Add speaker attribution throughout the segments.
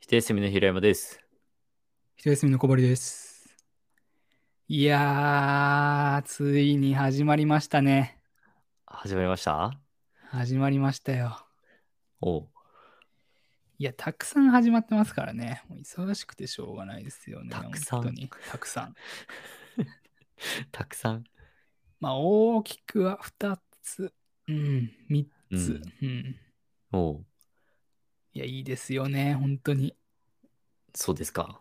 Speaker 1: 一休みの平山です。
Speaker 2: 一休みの小堀です。いやー、ついに始まりましたね。
Speaker 1: 始まりました
Speaker 2: 始まりましたよ。
Speaker 1: おう
Speaker 2: いや、たくさん始まってますからね。もう忙しくてしょうがないですよね。
Speaker 1: たくさん
Speaker 2: 本当に。たくさん。
Speaker 1: たくさん。
Speaker 2: まあ、大きくは2つ。うん、3
Speaker 1: う
Speaker 2: つ
Speaker 1: ん。。
Speaker 2: うん。
Speaker 1: おう
Speaker 2: いや、いいですよね。本当に。
Speaker 1: そうですか。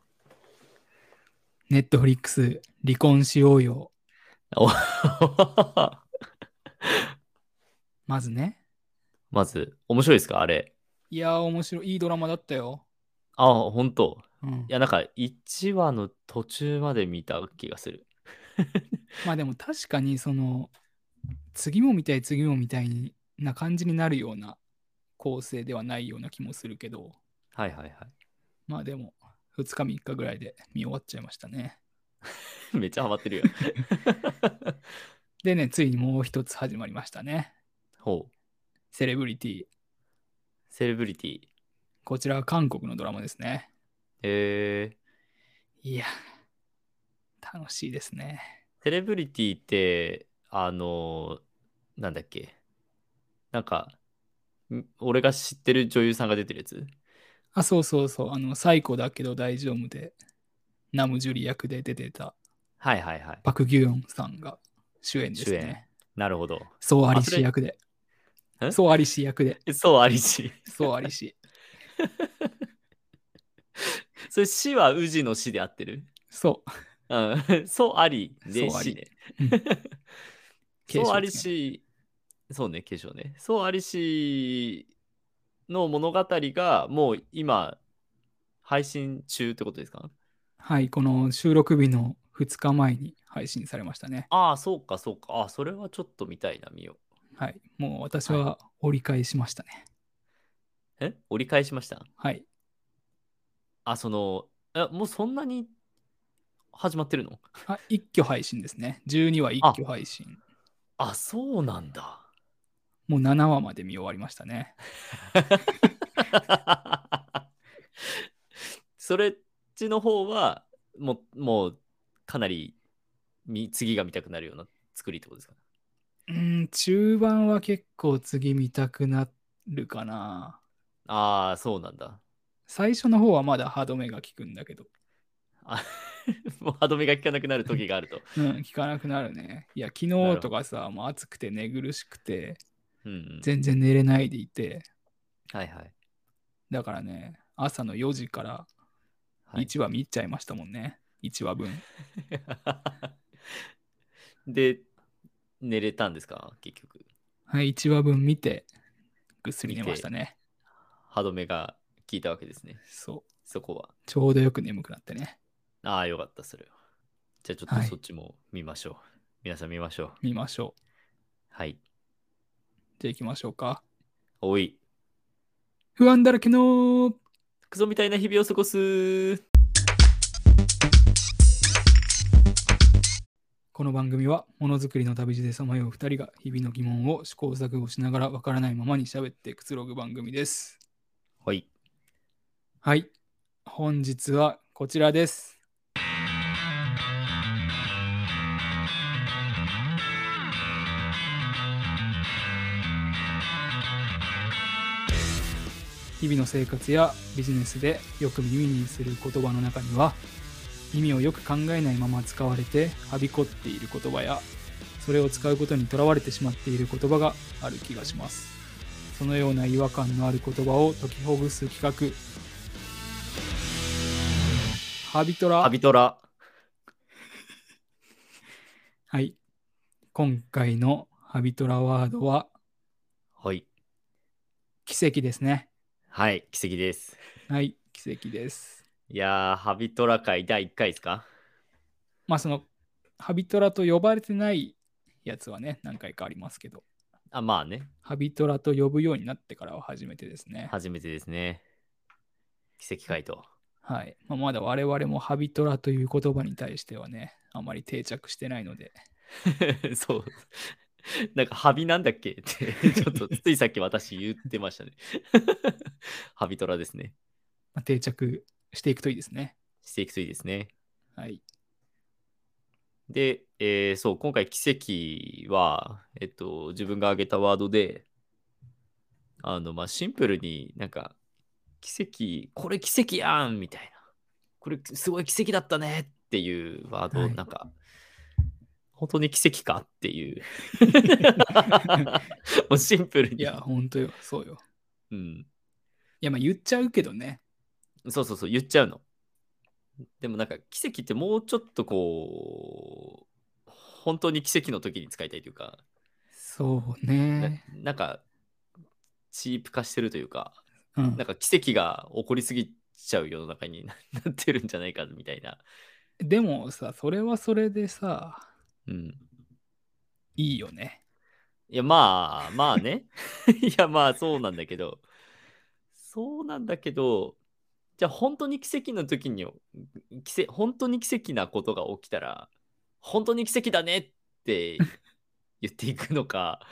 Speaker 2: ネットフリックス、離婚しようよ。
Speaker 1: お
Speaker 2: まずね。
Speaker 1: まず、面白いですかあれ。
Speaker 2: いやー、面白い。いいドラマだったよ。
Speaker 1: あ、本当。
Speaker 2: うん
Speaker 1: い、や、なんか、1話の途中まで見た気がする。
Speaker 2: まあでも確かにその次も見たい次も見たいな感じになるような構成ではないような気もするけど
Speaker 1: はいはいは
Speaker 2: まあでも2日3日ぐらいで見終わっちゃいましたね
Speaker 1: い。 めっちゃハマってるよ。
Speaker 2: でねついにもう一つ始まりましたね
Speaker 1: ほう。
Speaker 2: セレブリティ
Speaker 1: セレブリティ。
Speaker 2: こちらは韓国のドラマですね
Speaker 1: え
Speaker 2: いや楽しいですね
Speaker 1: ー、セレブリティって、あのーなんだっけ。なんか、ん俺が知ってる女優さんが出てるやつ
Speaker 2: あそうそうそうあのサイコだけど大丈夫でナムジュリ役で出てた
Speaker 1: はいはいはい。
Speaker 2: パク・ギュヨンさんが主演です
Speaker 1: 主演
Speaker 2: ね
Speaker 1: なるほど。
Speaker 2: そうあり
Speaker 1: そ
Speaker 2: し
Speaker 1: れ
Speaker 2: 役で
Speaker 1: え
Speaker 2: そうありし役で
Speaker 1: そう、ありし。
Speaker 2: そうあ りし。
Speaker 1: それ、死は宇治の死で合ってる。
Speaker 2: そう。
Speaker 1: うん。 そう、ありで
Speaker 2: そうあ
Speaker 1: 死
Speaker 2: り
Speaker 1: ね。
Speaker 2: 継承
Speaker 1: そう、あり
Speaker 2: ですね。
Speaker 1: し。そうね、継承ね。そう、ありしの物語がもう今、配信中ってことですか
Speaker 2: はい、この収録日の2日前に配信されましたね。
Speaker 1: ああ、そうか、そうか。ああ、それはちょっと見たいな、見よ
Speaker 2: はい、もう私は折り返しましたね。
Speaker 1: う。え折り返しました
Speaker 2: はい。
Speaker 1: あ、その、えもうそんなに始まってるの
Speaker 2: あ、一挙配信ですね。12話一挙配信。
Speaker 1: あ、そうなんだ。
Speaker 2: もう7話まで見終わりましたね。
Speaker 1: それっちの方はもうもうかなりみ次が見たくなるような作りってことですか
Speaker 2: うーん、中盤は結構次見たくなるかな。
Speaker 1: ああそうなんだ
Speaker 2: 最初の方はまだ歯止めが効くんだけど、
Speaker 1: あもう歯止めが効かなくなる時があると、
Speaker 2: うん、効かなくなるね。いや、昨
Speaker 1: なるほ
Speaker 2: 日
Speaker 1: ど
Speaker 2: とかさ、もう暑くて寝苦しくて、
Speaker 1: うんうん、
Speaker 2: 全然寝れないでいて、
Speaker 1: はいはい、
Speaker 2: だからね、朝の4時から
Speaker 1: はい、
Speaker 2: 1話見入っちゃいましたもんね。1話分。
Speaker 1: で寝れたんですか結局
Speaker 2: はい、1話分見て、ぐっすり寝ましたね。
Speaker 1: 歯止めが効いたわけですね
Speaker 2: そう。
Speaker 1: そこは
Speaker 2: ちょうどよく眠くなってね。
Speaker 1: ああよかったそれはじゃあちょっ
Speaker 2: は
Speaker 1: と
Speaker 2: い
Speaker 1: そっちも見ましょう、皆さん見ましょう
Speaker 2: 見ましょう。
Speaker 1: はい
Speaker 2: じゃあ行きましょうか。
Speaker 1: おい
Speaker 2: 不安だらけの
Speaker 1: クソみたいな日々を過ごす。
Speaker 2: この番組は、ものづくりの旅路でさまよう2人が日々の疑問を試行錯誤しながらわからないままに喋ってくつろぐ番組です。
Speaker 1: はい。
Speaker 2: はい。本日はこちらです。日々の生活やビジネスでよく耳にする言葉の中には意味をよく考えないまま使われてはびこっている言葉やそれを使うことにとらわれてしまっている言葉がある気がしますそのような違和感のある言葉を解きほぐす企画ハビトラ
Speaker 1: アビトラ。
Speaker 2: はい今回のハビトラワードは
Speaker 1: はい。
Speaker 2: 奇跡ですね
Speaker 1: はい。奇跡です。
Speaker 2: はい奇跡です
Speaker 1: いやー、ハビトラ会第1回ですか
Speaker 2: まあそのハビトラと呼ばれてないやつはね何回かありますけど
Speaker 1: あ、まあね。
Speaker 2: ハビトラと呼ぶようになってからは初めてですね。
Speaker 1: 初めてですね。奇跡会と。
Speaker 2: はい。まあ、まだ我々もハビトラという言葉に対してはね、あまり定着してないので、
Speaker 1: そう。 なんか、ハビなんだっ け って、ちょっとついさっき私言ってましたね。ハビトラですね。
Speaker 2: まあ、定着していくといいですね。
Speaker 1: していくといいですね。
Speaker 2: はい。
Speaker 1: で、えーそう、今回、奇跡は、えっと、自分が挙げたワードで、あの、まあ、シンプルになんか、奇跡、これ奇跡やんみたいな。これ、すごい奇跡だったねっていうワードを、
Speaker 2: はい
Speaker 1: なんか、本当に奇跡かって いう。もうシンプルに。
Speaker 2: いや、本当よ。そうよ。
Speaker 1: うん。
Speaker 2: いや、まあ言っちゃうけどね。
Speaker 1: そうそうそう、言っちゃうの。でもなんか、奇跡ってもうちょっとこう、本当に奇跡の時に使いたいというか、
Speaker 2: そう
Speaker 1: な
Speaker 2: ね。
Speaker 1: なんかチープ化してるというか、
Speaker 2: うん
Speaker 1: なんか奇跡が起こりすぎちゃう世の中にな なってるんじゃないかみたいな。
Speaker 2: でもさ、それはそれでさ、
Speaker 1: うん、
Speaker 2: いいよね。
Speaker 1: いやまあまあね。いやまあそうなんだけど、そうなんだけど、じゃあ本当に奇跡の時に奇跡本当に奇跡なことが起きたら本当に奇跡だねって言っていくのか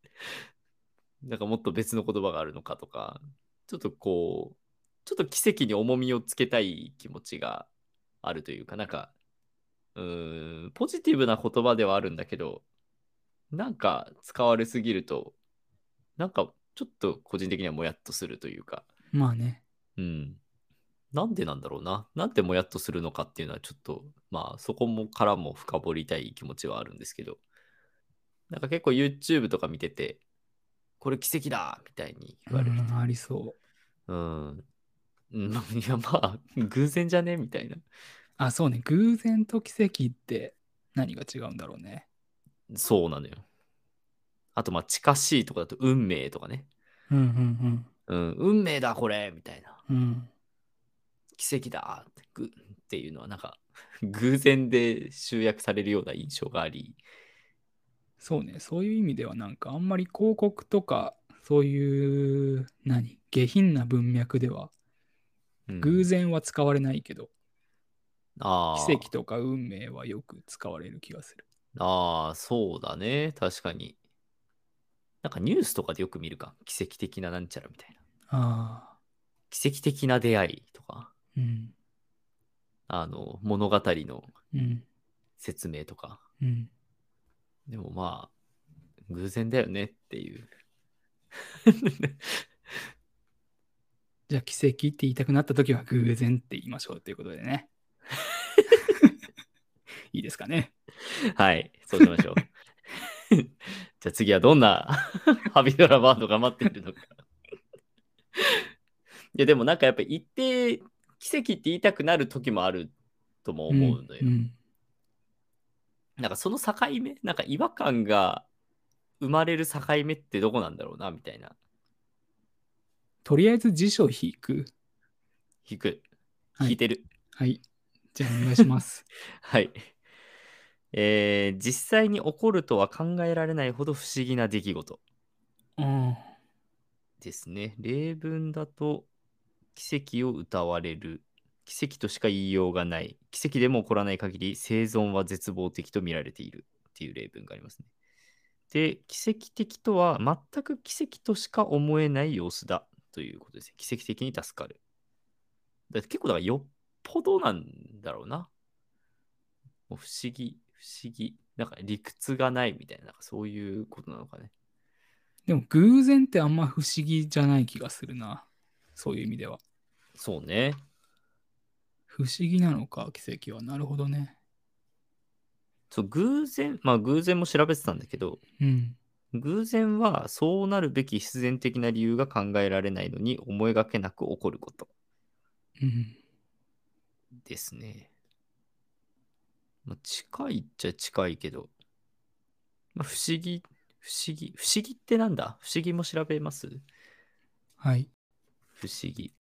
Speaker 1: なんかもっと別の言葉があるのかとかちょっとこうちょっと奇跡に重みをつけたい気持ちがあるというかなんかうーんポジティブな言葉ではあるんだけどなんか使われすぎるとなんかちょっと個人的にはもやっとするというか
Speaker 2: まあね。
Speaker 1: うん。なんでなんだろうな。なんでもやっとするのかっていうのはちょっと、まあそこもからも深掘りたい気持ちはあるんですけど、なんか結構 YouTube とか見てて、これ奇跡だみたいに言われる
Speaker 2: うんありそう。
Speaker 1: と。うん。うん、 いやまあ、偶然じゃねみたいな。
Speaker 2: あ、そうね。偶然と奇跡って何が違うんだろうね。
Speaker 1: そうなのよ。あとまあ近しいとかだと運命とかね。
Speaker 2: うんうん
Speaker 1: うん、運命だこれみたいな。
Speaker 2: うん。うん。
Speaker 1: 奇跡だってぐっていうのはなんか 偶然で集約されるような印象があり、
Speaker 2: そうね。そういう意味ではなんかあんまり広告とか、そういう、何下品な文脈では、
Speaker 1: うん
Speaker 2: 偶然は使われないけど、
Speaker 1: ああ
Speaker 2: 奇跡とか運命はよく使われる気がする。
Speaker 1: ああ、そうだね。確かに。なんかニュースとかでよく見るか。奇跡的ななんちゃらみたいな。
Speaker 2: ああ。
Speaker 1: 奇跡的な出会いとか、
Speaker 2: うん。
Speaker 1: あの、物語の
Speaker 2: うん。
Speaker 1: 説明とか。
Speaker 2: うん。
Speaker 1: でもまあ、偶然だよねっていう。
Speaker 2: じゃあ奇跡って言いたくなった時は偶然って言いましょうということ でね。いいですかね。
Speaker 1: はい、そうしましょう。じゃあ次はどんな ハビドラワードが待っているのか。いや、でもなんかやっぱ一定、奇跡って言いたくなる時もあるとも思うのよ。
Speaker 2: ん
Speaker 1: なんかその境目、なんか違和感が生まれる境目ってどこなんだろうな、みたいな。
Speaker 2: とりあえず辞書引く。
Speaker 1: 引く。
Speaker 2: はい
Speaker 1: 引いてる。
Speaker 2: はい。じゃあお願いします。
Speaker 1: はい。えー実際に起こるとは考えられないほど不思議な出来事
Speaker 2: うん。
Speaker 1: ですね。例文だと、奇跡を歌われる。奇跡としか言いようがない。奇跡でも起こらない限り生存は絶望的と見られているっていう例文がありますね。で、奇跡的とは全く奇跡としか思えない様子だということですね。奇跡的に助かる。だって結構だからよっぽどなんだろうな。もう不思議、不思議。なんか理屈がないみたいな、なんかそういうことなのかね。
Speaker 2: でも偶然ってあんま不思議じゃない気がするな。そういう意味では。
Speaker 1: そうね。
Speaker 2: 不思議なのか、奇跡は。なるほどね。
Speaker 1: そう、偶然、まあ偶然も調べてたんだけど、
Speaker 2: うん。
Speaker 1: 偶然はそうなるべき必然的な理由が考えられないのに思いがけなく起こること
Speaker 2: うん。
Speaker 1: ですね。まあ、近いっちゃ近いけど、まあ、不思議、不思議、不思議ってなんだ不思議も調べます
Speaker 2: はい。
Speaker 1: 不思議。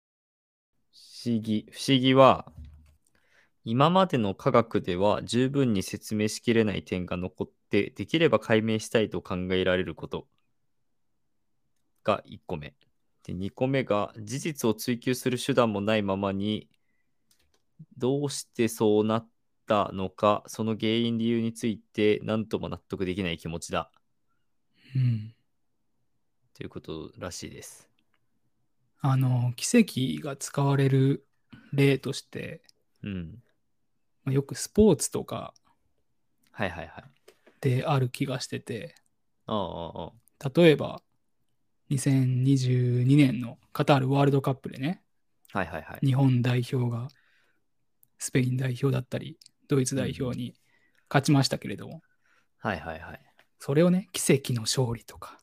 Speaker 1: 不思議。不思議は、今までの科学では十分に説明しきれない点が残って、できれば解明したいと考えられることが1個目。で、2個目が、事実を追求する手段もないままに、どうしてそうなったのか、その原因、理由について何とも納得できない気持ちだ。
Speaker 2: うん。
Speaker 1: ということらしいです。
Speaker 2: あの、奇跡が使われる例として、
Speaker 1: うん。
Speaker 2: まあ、よくスポーツとか
Speaker 1: はいはいはい。
Speaker 2: である気がしてて、
Speaker 1: ああ、ああ
Speaker 2: 例えば、2022年のカタールワールドカップでね、
Speaker 1: はいはいはい。
Speaker 2: 日本代表がスペイン代表だったり、ドイツ代表に勝ちましたけれども、
Speaker 1: はいはいはい。
Speaker 2: それをね、奇跡の勝利とか、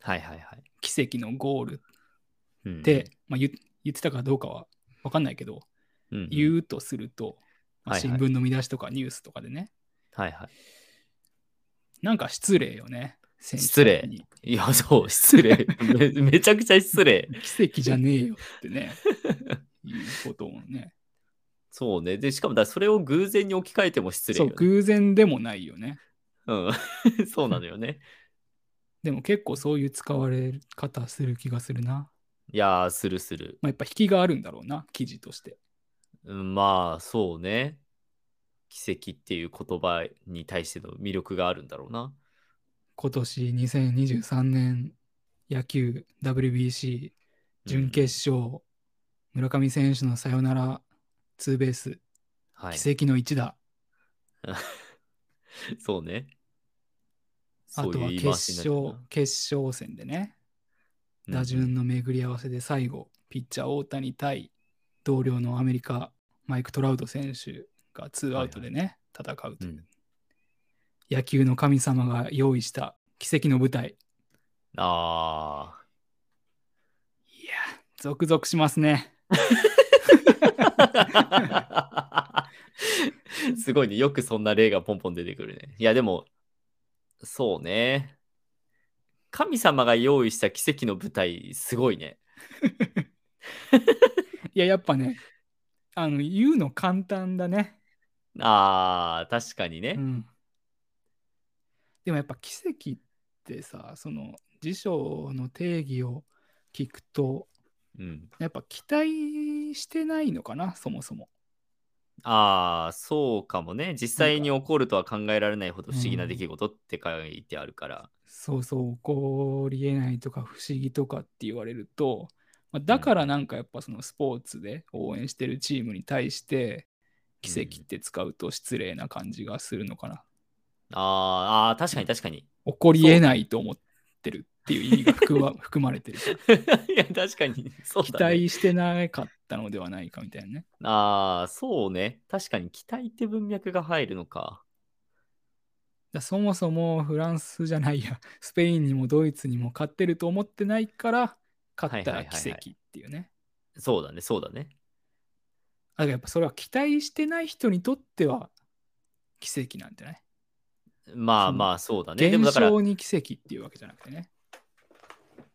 Speaker 1: はいはいはい。
Speaker 2: 奇跡のゴール
Speaker 1: うん
Speaker 2: って、、まあ、言言ってたかどうかは分かんないけど、
Speaker 1: うんうん
Speaker 2: 言うとすると、まあ
Speaker 1: はいは
Speaker 2: 新
Speaker 1: い
Speaker 2: 聞の見出しとかニュースとかでね、
Speaker 1: はいは
Speaker 2: なんか失礼よね。選手
Speaker 1: 失礼
Speaker 2: に
Speaker 1: い。いや、そう、失 礼。めめちゃくちゃ失礼。
Speaker 2: 奇跡じゃねえよっ てね、いうことをね。
Speaker 1: そうね。で、しかもだ、それを偶然に置き換えても失礼
Speaker 2: そ
Speaker 1: よ
Speaker 2: う、
Speaker 1: ね、
Speaker 2: 偶然でもないよね。
Speaker 1: うん。 そうなのよね。
Speaker 2: でも結構そういう使われ方する気がするな。
Speaker 1: いやー、するする。
Speaker 2: まあ、やっぱ引きがあるんだろうな、記事として。
Speaker 1: うんまあ、そうね。奇跡っていう言葉に対しての魅力があるんだろうな。
Speaker 2: 今年2023年野球 WBC 準決勝、村上選手のサヨナラツーベース、
Speaker 1: 勝
Speaker 2: 奇跡の一打、
Speaker 1: はい。そうね。
Speaker 2: あと
Speaker 1: そう
Speaker 2: は
Speaker 1: いう言い
Speaker 2: 決
Speaker 1: 回しになるよ
Speaker 2: 勝、決勝戦でね、
Speaker 1: な
Speaker 2: 打順の巡り合わせで最後、ピッチャー大谷対同僚のアメリカ、マイク・トラウト選手がツーアウトでね、戦う
Speaker 1: う
Speaker 2: と
Speaker 1: ん
Speaker 2: いうう、
Speaker 1: ん
Speaker 2: 野球の神様が用意した奇跡の舞台。
Speaker 1: ああ。
Speaker 2: いや、ゾクゾクしますね。
Speaker 1: すごいね。よくそんな例がポンポン出てくるね。いや、でも、そうね。神様が用意した奇跡の舞台、すごいね。
Speaker 2: いや、やっぱね、あの、言うの簡単だね。
Speaker 1: ああ、確かにね。
Speaker 2: うん。でもやっぱ奇跡ってさ、その辞書の定義を聞くと、
Speaker 1: うん、
Speaker 2: やっぱ期待してないのかな、そもそも。
Speaker 1: ああ、そうかもね。実際に起こるとは考えられないほど不思議な出来事って書いてあるから。
Speaker 2: そうそう、起こりえないとか不思議とかって言われると、まあ、だからなんかやっぱそのスポーツで応援してるチームに対して奇跡って使うと失礼な感じがするのかな。
Speaker 1: あーあー、確かに確かに。
Speaker 2: 起こりえないと思ってるっていう意味が 含ま含まれてるから。
Speaker 1: いや、確かに。そう
Speaker 2: 期
Speaker 1: だね。
Speaker 2: 待してなかったのではないかみたいなね。
Speaker 1: ああ、そうね。確かに期待って文脈が入るのか。
Speaker 2: だそもそもフランスじゃないや、 スペインにもドイツにも勝ってると思ってないから、勝った
Speaker 1: は
Speaker 2: ら
Speaker 1: いはいはい
Speaker 2: 奇
Speaker 1: はい
Speaker 2: 跡っていうね。
Speaker 1: そうだね、そうだね。
Speaker 2: あだからやっぱそれは期待してない人にとっては奇跡なんじゃない
Speaker 1: まあ
Speaker 2: その
Speaker 1: まあ、そうだね。でもだ
Speaker 2: 現
Speaker 1: から、
Speaker 2: 象に奇跡っていうわけじゃなくてね。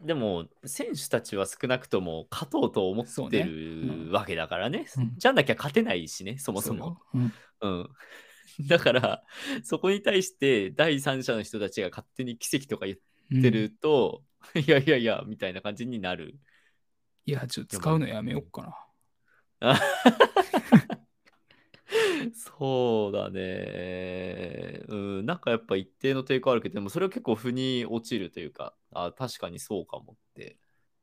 Speaker 1: でも、選手たちは少なくとも勝とうと思
Speaker 2: そう
Speaker 1: っ
Speaker 2: ね
Speaker 1: て
Speaker 2: う
Speaker 1: る
Speaker 2: ん
Speaker 1: わけだからね。
Speaker 2: うん
Speaker 1: じゃなきゃ勝てないしね、そもそも。
Speaker 2: そうよ。うん
Speaker 1: うん。だから、そこに対して第三者の人たちが勝手に奇跡とか言ってると、いやいやいや、みたいな感じになる。
Speaker 2: いや、ちょっと使うのやめようかな。
Speaker 1: そうだね。うん、なんかやっぱ一定の抵抗あるけど、でもそれは結構腑に落ちるというか、あ確かにそうかもって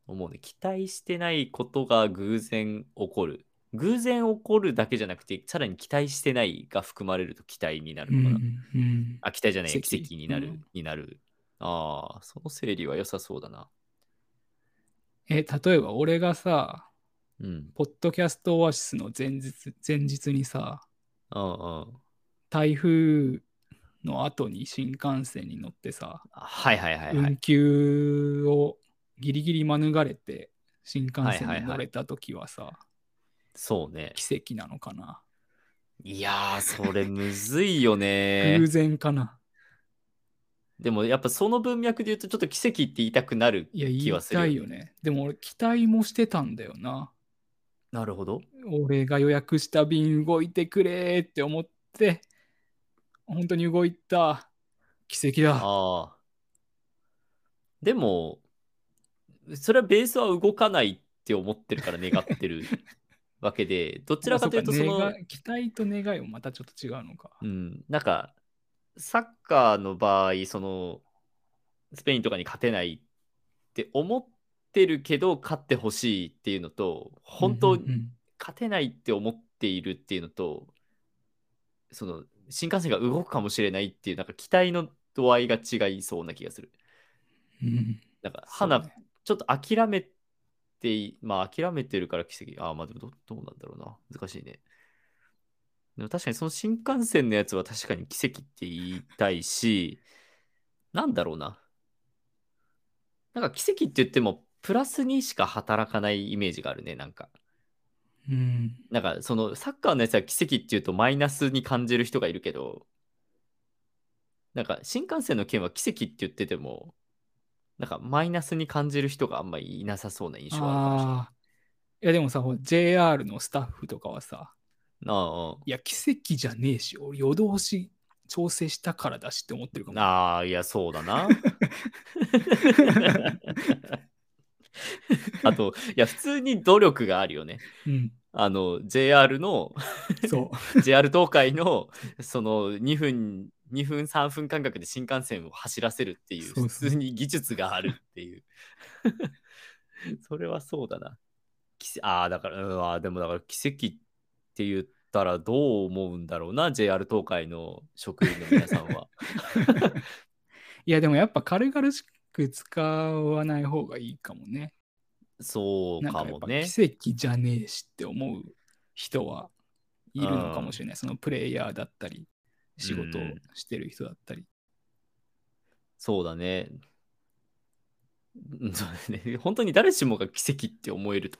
Speaker 1: 思うね。期待してないことが偶然起こる。偶然起こるだけじゃなくて、さらに期待してないが含まれると期待になる
Speaker 2: う
Speaker 1: のか
Speaker 2: ん
Speaker 1: な。
Speaker 2: うん
Speaker 1: あ、期待じゃない、
Speaker 2: 奇
Speaker 1: 奇
Speaker 2: 跡
Speaker 1: 跡になる、
Speaker 2: うん
Speaker 1: になる。ああ、その整理は良さそうだな。
Speaker 2: え、例えば俺がさ、
Speaker 1: うん。
Speaker 2: ポッドキャストオアシスの前日前日にさ、
Speaker 1: うんうん。
Speaker 2: 台風の後に新幹線に乗ってさ、
Speaker 1: はいはいはいはい。
Speaker 2: 運休をギリギリ免れて新幹線に乗れた時はさ、
Speaker 1: そうね。
Speaker 2: 奇跡なのかな、
Speaker 1: いやー、それむずいよ ね。
Speaker 2: 偶然かな
Speaker 1: でもやっぱその文脈で言うとちょっと奇跡って言いたくなる
Speaker 2: いや、言
Speaker 1: 気はいす
Speaker 2: た
Speaker 1: る
Speaker 2: いよ。ね。でも俺、期待もしてたんだよな。
Speaker 1: なるほど。
Speaker 2: 俺が予約した便動いてくれって思って、本当に動いた。奇跡だ。
Speaker 1: ああ。でも、それはベースは動かないって思ってるから願って るわけで、どちらかというとそ
Speaker 2: あ
Speaker 1: の
Speaker 2: うか、願い期待と願いもまたちょっと違うのか。
Speaker 1: うん、なんか、サッカーの場合、その、スペインとかに勝てないって思ってるけど勝ってほしいっていうのと本当
Speaker 2: うんうんうん
Speaker 1: 勝てないって思っているっていうのと、その新幹線が動くかもしれないっていうなんか期待の度合いが違いそうな気がする。
Speaker 2: うん
Speaker 1: なんか
Speaker 2: そう
Speaker 1: 花、
Speaker 2: ね
Speaker 1: ちょっと諦めてい、まあ諦めてるから奇跡、ああまあでもどどうなんだろうな、難しいね。でも確かにその新幹線のやつは確かに奇跡って言いたいし、なんだろうな。なんか奇跡って言ってもプラスにしか働かないイメージがあるね、なんか。
Speaker 2: うん
Speaker 1: なんかそのサッカーのやつは奇跡っていうとマイナスに感じる人がいるけど、なんか新幹線の件は奇跡って言ってても、なんかマイナスに感じる人があんまりいなさそうな印象はあるかもしれない。
Speaker 2: ああいやでもさほら JR のスタッフとかはさ
Speaker 1: あ
Speaker 2: いや奇跡じゃねえし俺夜通し調整したからだしって思ってるかも
Speaker 1: あああ、いや、そうだな。あと、いや、普通に努力があるよね。
Speaker 2: うん
Speaker 1: あの、JR の、
Speaker 2: そう
Speaker 1: JR 東海の、その2分、2分、3分間隔で新幹線を走らせるっていう、
Speaker 2: そ
Speaker 1: 普
Speaker 2: うそう
Speaker 1: 通に技術があるっていう。 それはそうだな。奇ああ、だから、うん、あーでもだから奇跡って言ったらどう思うんだろうな、JR 東海の職員の皆さん は。
Speaker 2: いやでもやっぱ軽々しく使わない方がいいかもね
Speaker 1: そう
Speaker 2: なん
Speaker 1: か
Speaker 2: かや
Speaker 1: も
Speaker 2: っぱ
Speaker 1: ね。
Speaker 2: 奇跡じゃねえしって思う人はいるのかもしれないそのプレイヤーだったり仕事をしてる人だったり
Speaker 1: そうだね。うんそうだね。本当に誰しもが奇跡って思 えると。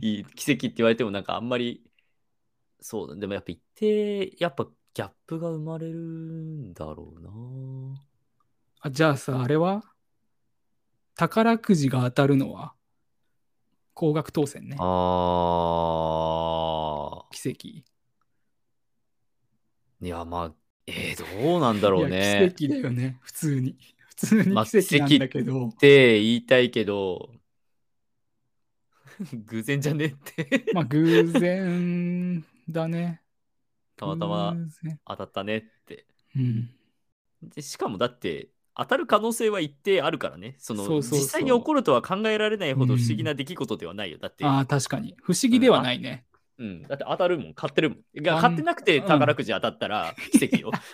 Speaker 1: いい奇跡って言われてもなんかあんまり、そうだね。でもやっぱ一定、やっぱギャップが生まれるんだろうな。
Speaker 2: あじゃあさあれは宝くじが当たるのは高額当選ね
Speaker 1: あ
Speaker 2: 奇跡
Speaker 1: ー。いや、まあ、えー、どうなんだろう
Speaker 2: い
Speaker 1: ね
Speaker 2: や。奇跡だよね普通に普通に
Speaker 1: まあ
Speaker 2: 奇跡なんだけど、
Speaker 1: って言いたいけど、 偶然じゃねえって。
Speaker 2: まあ偶然だね
Speaker 1: たまたま
Speaker 2: 偶然
Speaker 1: 当たったねって。
Speaker 2: うん
Speaker 1: でしかもだって当たる可能性は一定あるからねその
Speaker 2: そうそうそう
Speaker 1: 実際に起こるとは考えられないほど不思議な出来事ではないよ、だって、
Speaker 2: ああ確かに不思議ではないね、
Speaker 1: うん、だって当たるもん買ってるもん
Speaker 2: あ
Speaker 1: が
Speaker 2: ん
Speaker 1: 買ってなくて宝くじ当たった ら奇跡よ、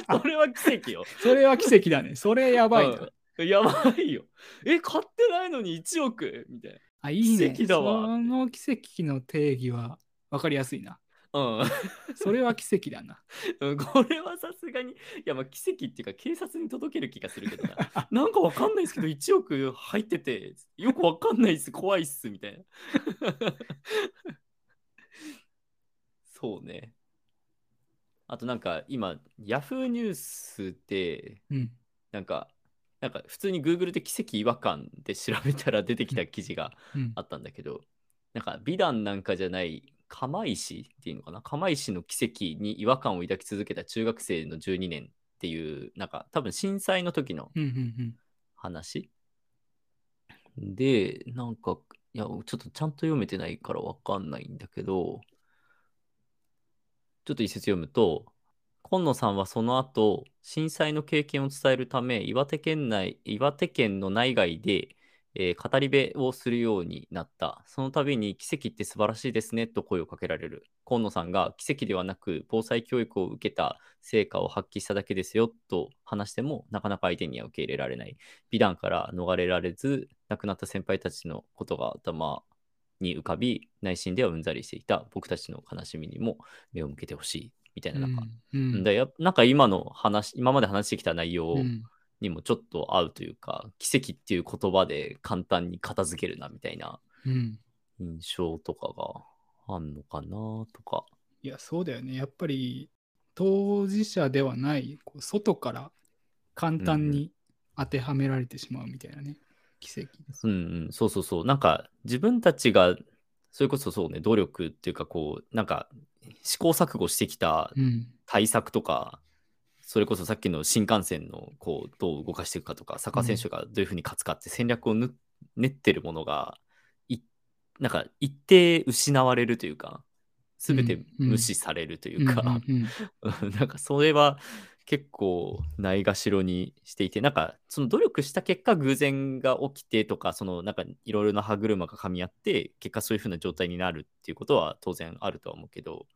Speaker 1: それは奇跡よ
Speaker 2: それは奇跡 だねそれやばいな、
Speaker 1: うんやばいよえ買ってないのに1億みたい
Speaker 2: あいいね
Speaker 1: 奇跡だわ
Speaker 2: その奇跡の定義は分かりやすいな
Speaker 1: なうん
Speaker 2: それは奇跡 だな
Speaker 1: うんこれはさすがに、いやまあ奇跡っていうか警察に届ける気がするけどな。なんかわかんないですけど、1億入ってて、よくわかんないっす、怖いっす、みたいな。そうね。あとなんか今、Yahoo ニュースで、
Speaker 2: うん
Speaker 1: なんか、なんか普通に Google で奇跡違和感で調べたら出てきた記事が
Speaker 2: うん
Speaker 1: あったんだけど、なんか美談なんかじゃない釜石っていうのかな釜石の奇跡に違和感を抱き続けた中学生の12年っていうなんか多分震災の時の
Speaker 2: うんうん
Speaker 1: 話でなんかいやちょっとちゃんと読めてないからわかんないんだけどちょっと一節読むと今野さんはその後震災の経験を伝えるため岩手県内岩手県の内外でえー語り部をするようになった。その度に奇跡って素晴らしいですねと声をかけられる。河野さんが奇跡ではなく防災教育を受けた成果を発揮しただけですよと話してもなかなか相手には受け入れられない。美談から逃れられず亡くなった先輩たちのことが頭に浮かび内心ではうんざりしていた僕たちの悲しみにも目を向けてほしいみたいな
Speaker 2: うん
Speaker 1: なんか、
Speaker 2: うんうん
Speaker 1: だやなんか今の話今まで話してきた内容を、
Speaker 2: うん
Speaker 1: にもちょっと合うというか奇跡っていう言葉で簡単に片付けるなみたいな
Speaker 2: うん
Speaker 1: 印象とかがあんのかなとか
Speaker 2: いやそうだよねやっぱり当事者ではないこう外から簡単に当てはめられてしまうみたいなね、奇跡
Speaker 1: うんうんそうそうそうなんか自分たちがそれこそそうね努力っていうかこうなんか試行錯誤してきた
Speaker 2: うん
Speaker 1: 対策とか、それこそさっきの新幹線のこうどう動かしていくかとか、サッカー選手がどういうふうに勝つかって戦略をぬ練ってるものが、いなんか一定失われるというか、すべて無視されるというか、
Speaker 2: うんうん
Speaker 1: なんかそれは結構ないがしろにしていてなんかその努力した結果偶然が起きてとかそのなんかいろいろな歯車が噛み合って結果そういうふうな状態になるっていうことは当然あるとは思うけど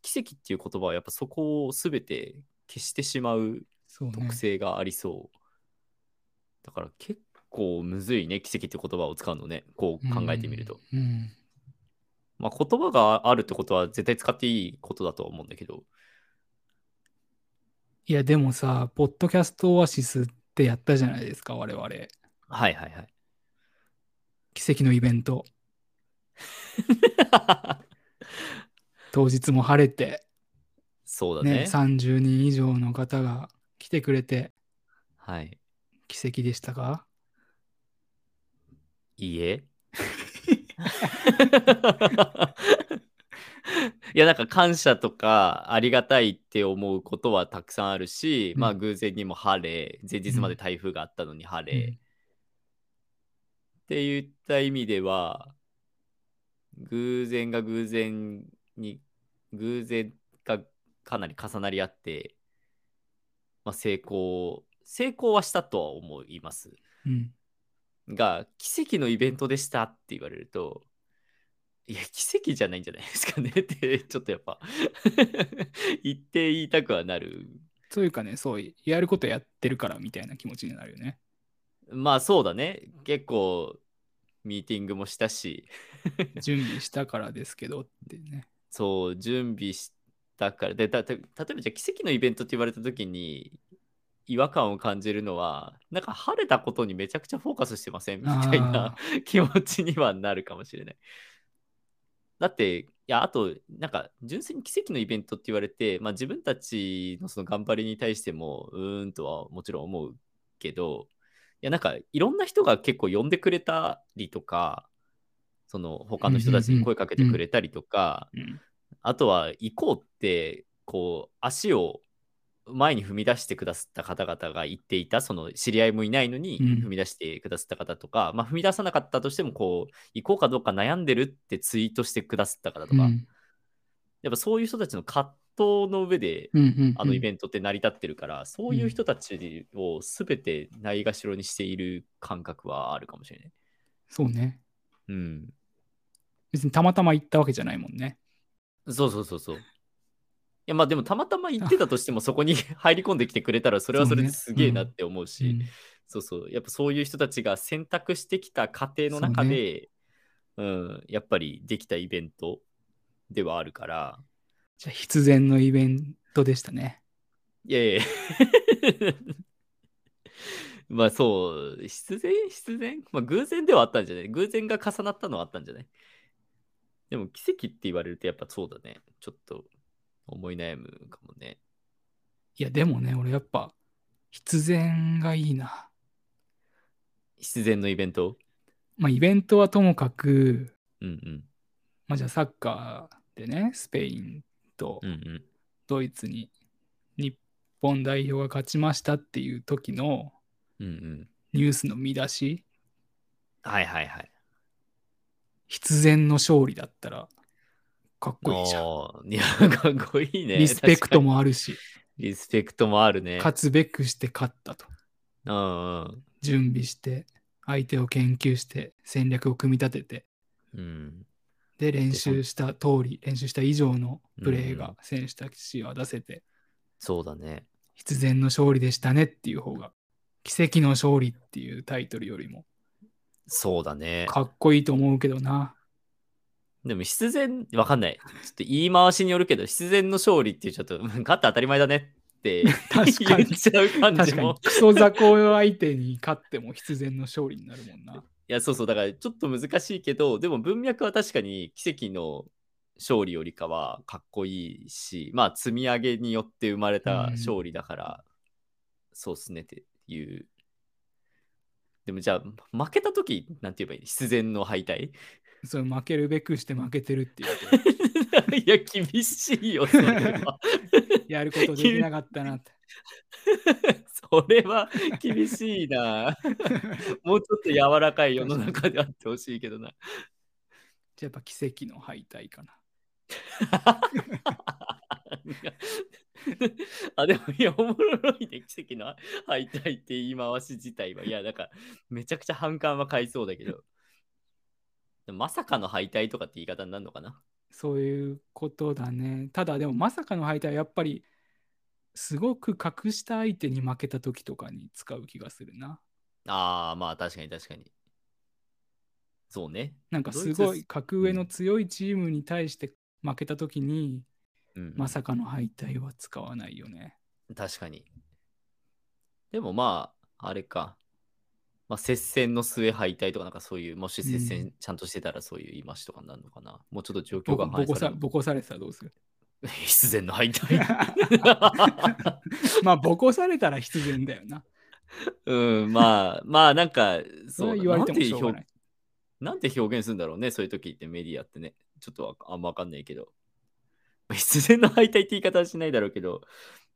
Speaker 1: 奇跡っていう言葉はやっぱそこを全て消してしまう
Speaker 2: そうね
Speaker 1: 特性がありそう、だから結構むずいね奇跡って言葉を使うのねこう考えてみると、
Speaker 2: うん
Speaker 1: まあ、言葉があるってことは絶対使っていいことだとは思うんだけど
Speaker 2: いやでもさポッドキャストオアシスってやったじゃないですか我々
Speaker 1: はいはいはい
Speaker 2: 奇跡のイベント当日も晴れて、
Speaker 1: そうだ
Speaker 2: ね
Speaker 1: ね。
Speaker 2: 30人以上の方が来てくれて
Speaker 1: はい。
Speaker 2: 奇跡でしたか
Speaker 1: いい え。いやなんか感謝とかありがたいって思うことはたくさんあるし、
Speaker 2: うん
Speaker 1: まあ偶然にも晴れ前日まで台風があったのに晴れ、
Speaker 2: うん
Speaker 1: って言った意味では偶然が偶然に偶然がかなり重なり合って、まあ、成功成功はしたとは思います
Speaker 2: うん
Speaker 1: が奇跡のイベントでしたって言われるといや奇跡じゃないんじゃないですかねって ちょっとやっぱ言って言いたくはなる
Speaker 2: というかねそうやることやってるからみたいな気持ちになるよね
Speaker 1: まあそうだね結構ミーティングもしたし
Speaker 2: 準備したからですけどってね
Speaker 1: そう準備したからでたた例えばじゃあ奇跡のイベントって言われた時に違和感を感じるのはなんか晴れたことにめちゃくちゃフォーカスしてま せんみたいな
Speaker 2: あ
Speaker 1: 気持ちにはなるかもしれない。だっていやあとなんか純粋に奇跡のイベントって言われて、まあ、自分たちのその頑張りに対してもうーんとはもちろん思うけどいやなんかいろんな人が結構呼んでくれたりとかその他の人たちに声かけてくれたりとか、
Speaker 2: ーうん
Speaker 1: あとは行こうってこう足を前に踏み出してくださった方々が言っていたその知り合いもいないのに
Speaker 2: うん
Speaker 1: 踏み出してくださった方とか、まあ、踏み出さなかったとしてもこう行こうかどうか悩んでるってツイートしてくださった方とか、
Speaker 2: うん
Speaker 1: やっぱそういう人たちの葛藤の上で
Speaker 2: うんうん
Speaker 1: あのイ
Speaker 2: ン
Speaker 1: ベントって成り立ってるから、そういう人たちを全てないがしろにしている感覚はあるかもしれない。
Speaker 2: トそうね
Speaker 1: うん、
Speaker 2: 別にたまたま行ったわけじゃないもんね
Speaker 1: そうそうそうそう。いやまあでもたまたま行ってたとしてもそこに 入り込んできてくれたらそれはそれですげえなって思うし、
Speaker 2: うん
Speaker 1: そうそうやっぱそういう人たちが選択してきた過程の中でう、ん、やっぱりできたイベントではあるから
Speaker 2: じゃあ必然のイベントでしたね
Speaker 1: いやいや まあそう必然必然、まあ、偶然ではあったんじゃない偶然が重なったのはあったんじゃないでも奇跡って言われるとやっぱそうだねちょっと思い悩むかもね。
Speaker 2: いやでもね俺やっぱ必然がいいな
Speaker 1: 必然のイベント
Speaker 2: まあイベントはともかく
Speaker 1: うんうん。
Speaker 2: まあじゃあサッカーでねスペインと
Speaker 1: うんうん。
Speaker 2: ドイツに日本代表が勝ちましたっていう時の
Speaker 1: うんうん。
Speaker 2: ニュースの見出し
Speaker 1: はいはいはい。
Speaker 2: 必然の勝利だったらかっこいいじゃん。
Speaker 1: おーいや、かっこいいね。
Speaker 2: リスペクト
Speaker 1: 確か
Speaker 2: もあるし、
Speaker 1: に。リスペクトもあるね。
Speaker 2: 勝つべくして勝ったと。
Speaker 1: うんうん。
Speaker 2: 準備して、相手を研究して、戦略を組み立てて、
Speaker 1: うん。
Speaker 2: で、練習した通り、練習した以上のプレー
Speaker 1: うん
Speaker 2: が選手たちは出せて、
Speaker 1: そうだね。
Speaker 2: 必然の勝利でしたねっていう方が、奇跡の勝利っていうタイトルよりも
Speaker 1: そうだね。
Speaker 2: かっこいいと思うけどな。
Speaker 1: でも必然、わかんない。ちょっと言い回しによるけど、必然の勝利っていうちょっと、うん 勝って当たり前だねって
Speaker 2: 確 か
Speaker 1: 言っ
Speaker 2: に。
Speaker 1: ちゃう感
Speaker 2: 確
Speaker 1: じ
Speaker 2: かに
Speaker 1: も。
Speaker 2: クソ雑魚相手に勝っても必然の勝利になるもんな。
Speaker 1: いや、そうそう。だからちょっと難しいけど、でも文脈は確かに奇跡の勝利よりかはかっこいいし、まあ積み上げによって生まれた
Speaker 2: うん
Speaker 1: 勝利だから、そうっすねっていう。でもじゃあ、負けた時なんて言えばいい必然の敗退
Speaker 2: それ負けるべくして負けてるっていうこと
Speaker 1: いや、厳しいよ、それ は。
Speaker 2: やることできなかったなって。
Speaker 1: それは厳しいな。 もうちょっと柔らかい世の中であってほしいけどな。
Speaker 2: じゃあやっぱ奇跡の敗退かな。
Speaker 1: あ、でも、いや、おもろいね。奇跡の敗退って言い回し自体は。いや、なんか、めちゃくちゃ反感は買いそうだけど。でもまさかの敗退とかって言い方になるのかな
Speaker 2: そういうことだね。ただでもまさかの敗退はやっぱりすごく格下相手に負けた時とかに使う気がするな。
Speaker 1: ああ、まあ、確かに確かに。そうね。
Speaker 2: なんかすご
Speaker 1: ドイ
Speaker 2: い
Speaker 1: ツ
Speaker 2: 格上の強いチームに対して負けた時に
Speaker 1: うん、
Speaker 2: まさかの敗退は使わないよね。
Speaker 1: 確かに。でもまあ、あれか。まあ、接戦の末敗退とか、なんかそういう、もし接
Speaker 2: う
Speaker 1: 戦ちゃんとしてたらそういう言い回しとかになるのかな。もうちょっと状況
Speaker 2: ボ
Speaker 1: が
Speaker 2: コ
Speaker 1: 反映
Speaker 2: ボコ
Speaker 1: さ
Speaker 2: さ
Speaker 1: れる。
Speaker 2: ボコされてたらどうする
Speaker 1: 必然の敗退。
Speaker 2: まあボコされたら必然だよな。
Speaker 1: うん、まあ、まあ、なんか、
Speaker 2: そ
Speaker 1: そ
Speaker 2: れ
Speaker 1: う
Speaker 2: は
Speaker 1: だ
Speaker 2: 言われてもしょう
Speaker 1: な
Speaker 2: が
Speaker 1: ん
Speaker 2: な
Speaker 1: て
Speaker 2: い。
Speaker 1: 表なんて表現するんだろうね、そういう時ってメディアってね。ちょっとわあんまわかんないけど。必然の敗退って言い方はしないだろうけど、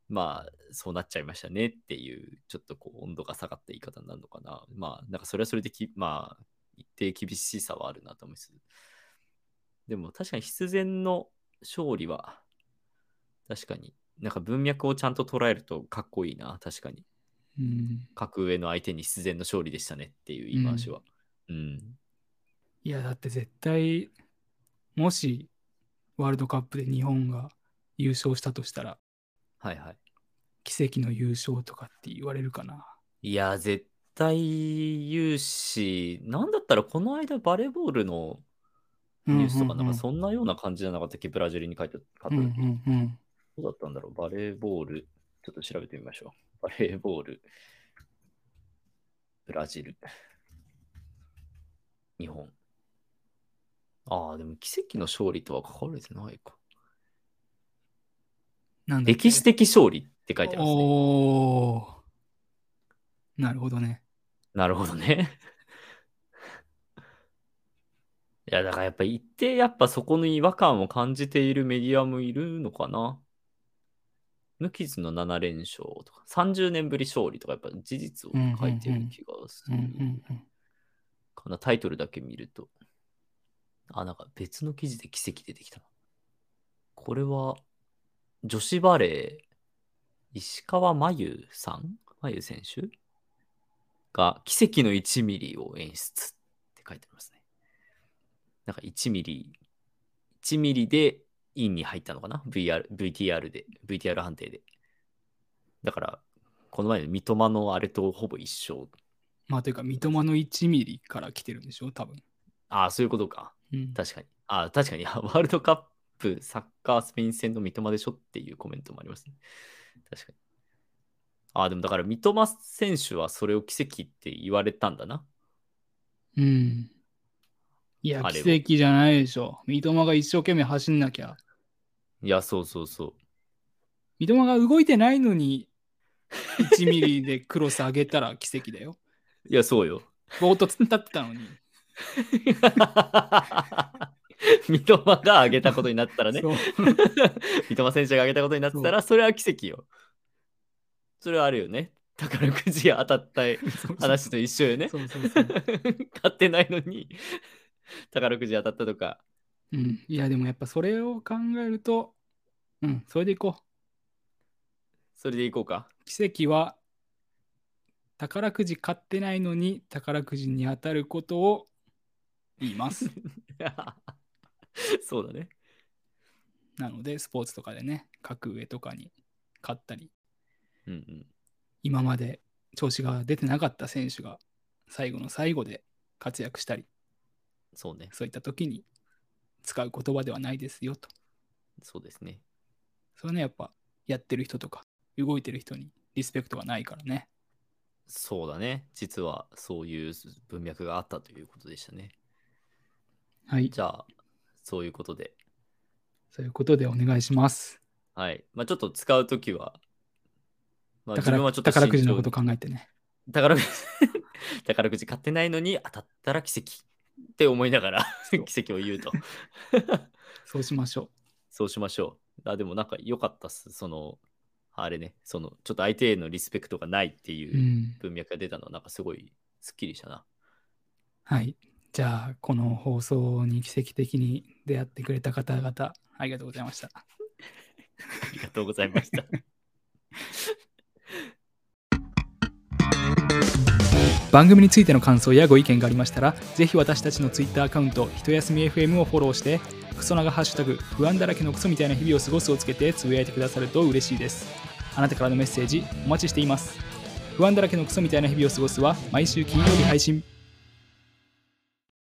Speaker 1: まあ、そうなっちゃいましたねっていう、ちょっとこう、温度が下がった言い方になるのかな。まあ、なんかそれはそれでき、まあ、一定厳しさはあるなと思います。でも、確かに必然の勝利は、確かに、なんか文脈をちゃんと捉えるとかっこいいな、確かに。
Speaker 2: うん、
Speaker 1: 格上の相手に必然の勝利でしたねっていう言い回しは。うん。
Speaker 2: いやだって絶対もしワールドカップで日本が優勝したとしたら
Speaker 1: はいはい。
Speaker 2: 奇跡の優勝とかって言われるかな。
Speaker 1: いや、絶対言うし、なんだったらこの間バレーボールのニュースとかなんかそんなような感じじゃなかったっけ、ブラジルに書いてあった。
Speaker 2: うんうんうん
Speaker 1: どうだったんだろうバレーボール。ちょっと調べてみましょう。バレーボール。ブラジル。日本。ああ、でも奇跡の勝利とは書かれてないか。
Speaker 2: なんだっけ
Speaker 1: 歴史的勝利って書いてありますね。
Speaker 2: おーなるほどね。
Speaker 1: なるほどね。いや、だからやっぱ一定、やっぱそこの違和感を感じているメディアもいるのかな。無傷の7連勝とか、30年ぶり勝利とか、やっぱ事実を書いてる気がす
Speaker 2: うん
Speaker 1: る
Speaker 2: うんうん
Speaker 1: かな。タイトルだけ見ると。あ、なんか別の記事で奇跡出てきたな。これは、女子バレー、石川真由さん真由選手が奇跡の1ミリを演出って書いてありますね。なんか1ミリ、1ミリでインに入ったのかな ?VR、VTR で、VTR 判定で。だから、この前の三笘のあれとほぼ一緒。
Speaker 2: まあというか、三笘の1ミリから来てるんでしょ、多分。
Speaker 1: ああ、そういうことか。
Speaker 2: うん、
Speaker 1: 確かに。あ、確かに。 あワールドカップ、サッカー、スペイン戦の三笘でしょっていうコメントもありますね。確かに。あ、でもだから三笘選手はそれを奇跡って言われたんだな。
Speaker 2: うん。いや、
Speaker 1: あれは
Speaker 2: 奇跡じゃないでしょ。三笘が一生懸命走んなきゃ。
Speaker 1: いや、そうそうそう。
Speaker 2: 三笘が動いてないのに、1ミリでクロス上げたら奇跡だよ。
Speaker 1: いや、そうよ。
Speaker 2: ぼーっと突っ立ってたのに。
Speaker 1: 三笘が上げたことになったらね。
Speaker 2: そう
Speaker 1: 三笘選手が上げたことになってたら、それは奇跡よ。それはあるよね。宝くじ当たった話と一緒よね。
Speaker 2: そうそうそう。
Speaker 1: 買ってないのに宝くじ当たったとか
Speaker 2: うん、いやでもやっぱそれを考えると、うん、それでいこ
Speaker 1: それでいこうか
Speaker 2: う。奇跡は宝くじ買ってないのに宝くじに当たることを言い ま す。
Speaker 1: そうだね
Speaker 2: なのでスポーツとかでね、格上とかに勝ったり、
Speaker 1: うんうん
Speaker 2: 今まで調子が出てなかった選手が最後の最後で活躍したり、
Speaker 1: そうね
Speaker 2: そういった時に使う言葉ではないですよと。
Speaker 1: そうですね
Speaker 2: それはね、やっぱやってる人とか動いてる人にリスペクトがないからね。
Speaker 1: そうだね実はそういう文脈があったということでしたね
Speaker 2: はい。
Speaker 1: じゃあそういうことで
Speaker 2: そういうことでお願いします。
Speaker 1: はいまあちょっと使うときはまあ自
Speaker 2: 宝
Speaker 1: 分はちょっと
Speaker 2: 宝くじ
Speaker 1: 慎重
Speaker 2: の
Speaker 1: に
Speaker 2: こと考えてね。
Speaker 1: 宝くじ 宝くじ買ってないのに当たったら奇跡って思いながら
Speaker 2: そう
Speaker 1: 奇跡を言うと
Speaker 2: そうしましょ
Speaker 1: そうしましょう。あでもなんか良かったっす。その、あれね、その、ちょっと相手へのリスペクトがないって
Speaker 2: う。う。
Speaker 1: いうん文脈が出たのは、なんかすごいすっきりしたな。
Speaker 2: はい。じゃあ、この放送に奇跡的に出会ってくれた方々、ありがとうございました。
Speaker 1: ありがとうございました。
Speaker 2: 番組についての感想やご意見がありましたらぜひ私たちの Twitter アカウントひとやすみ FM をフォローしてクソ長ハッシュタグ不安だらけのクソみたいな日々を過ごすをつけてつぶやいてくださると嬉しいですあなたからのメッセージお待ちしています不安だらけのクソみたいな日々を過ごすは毎週金曜日配信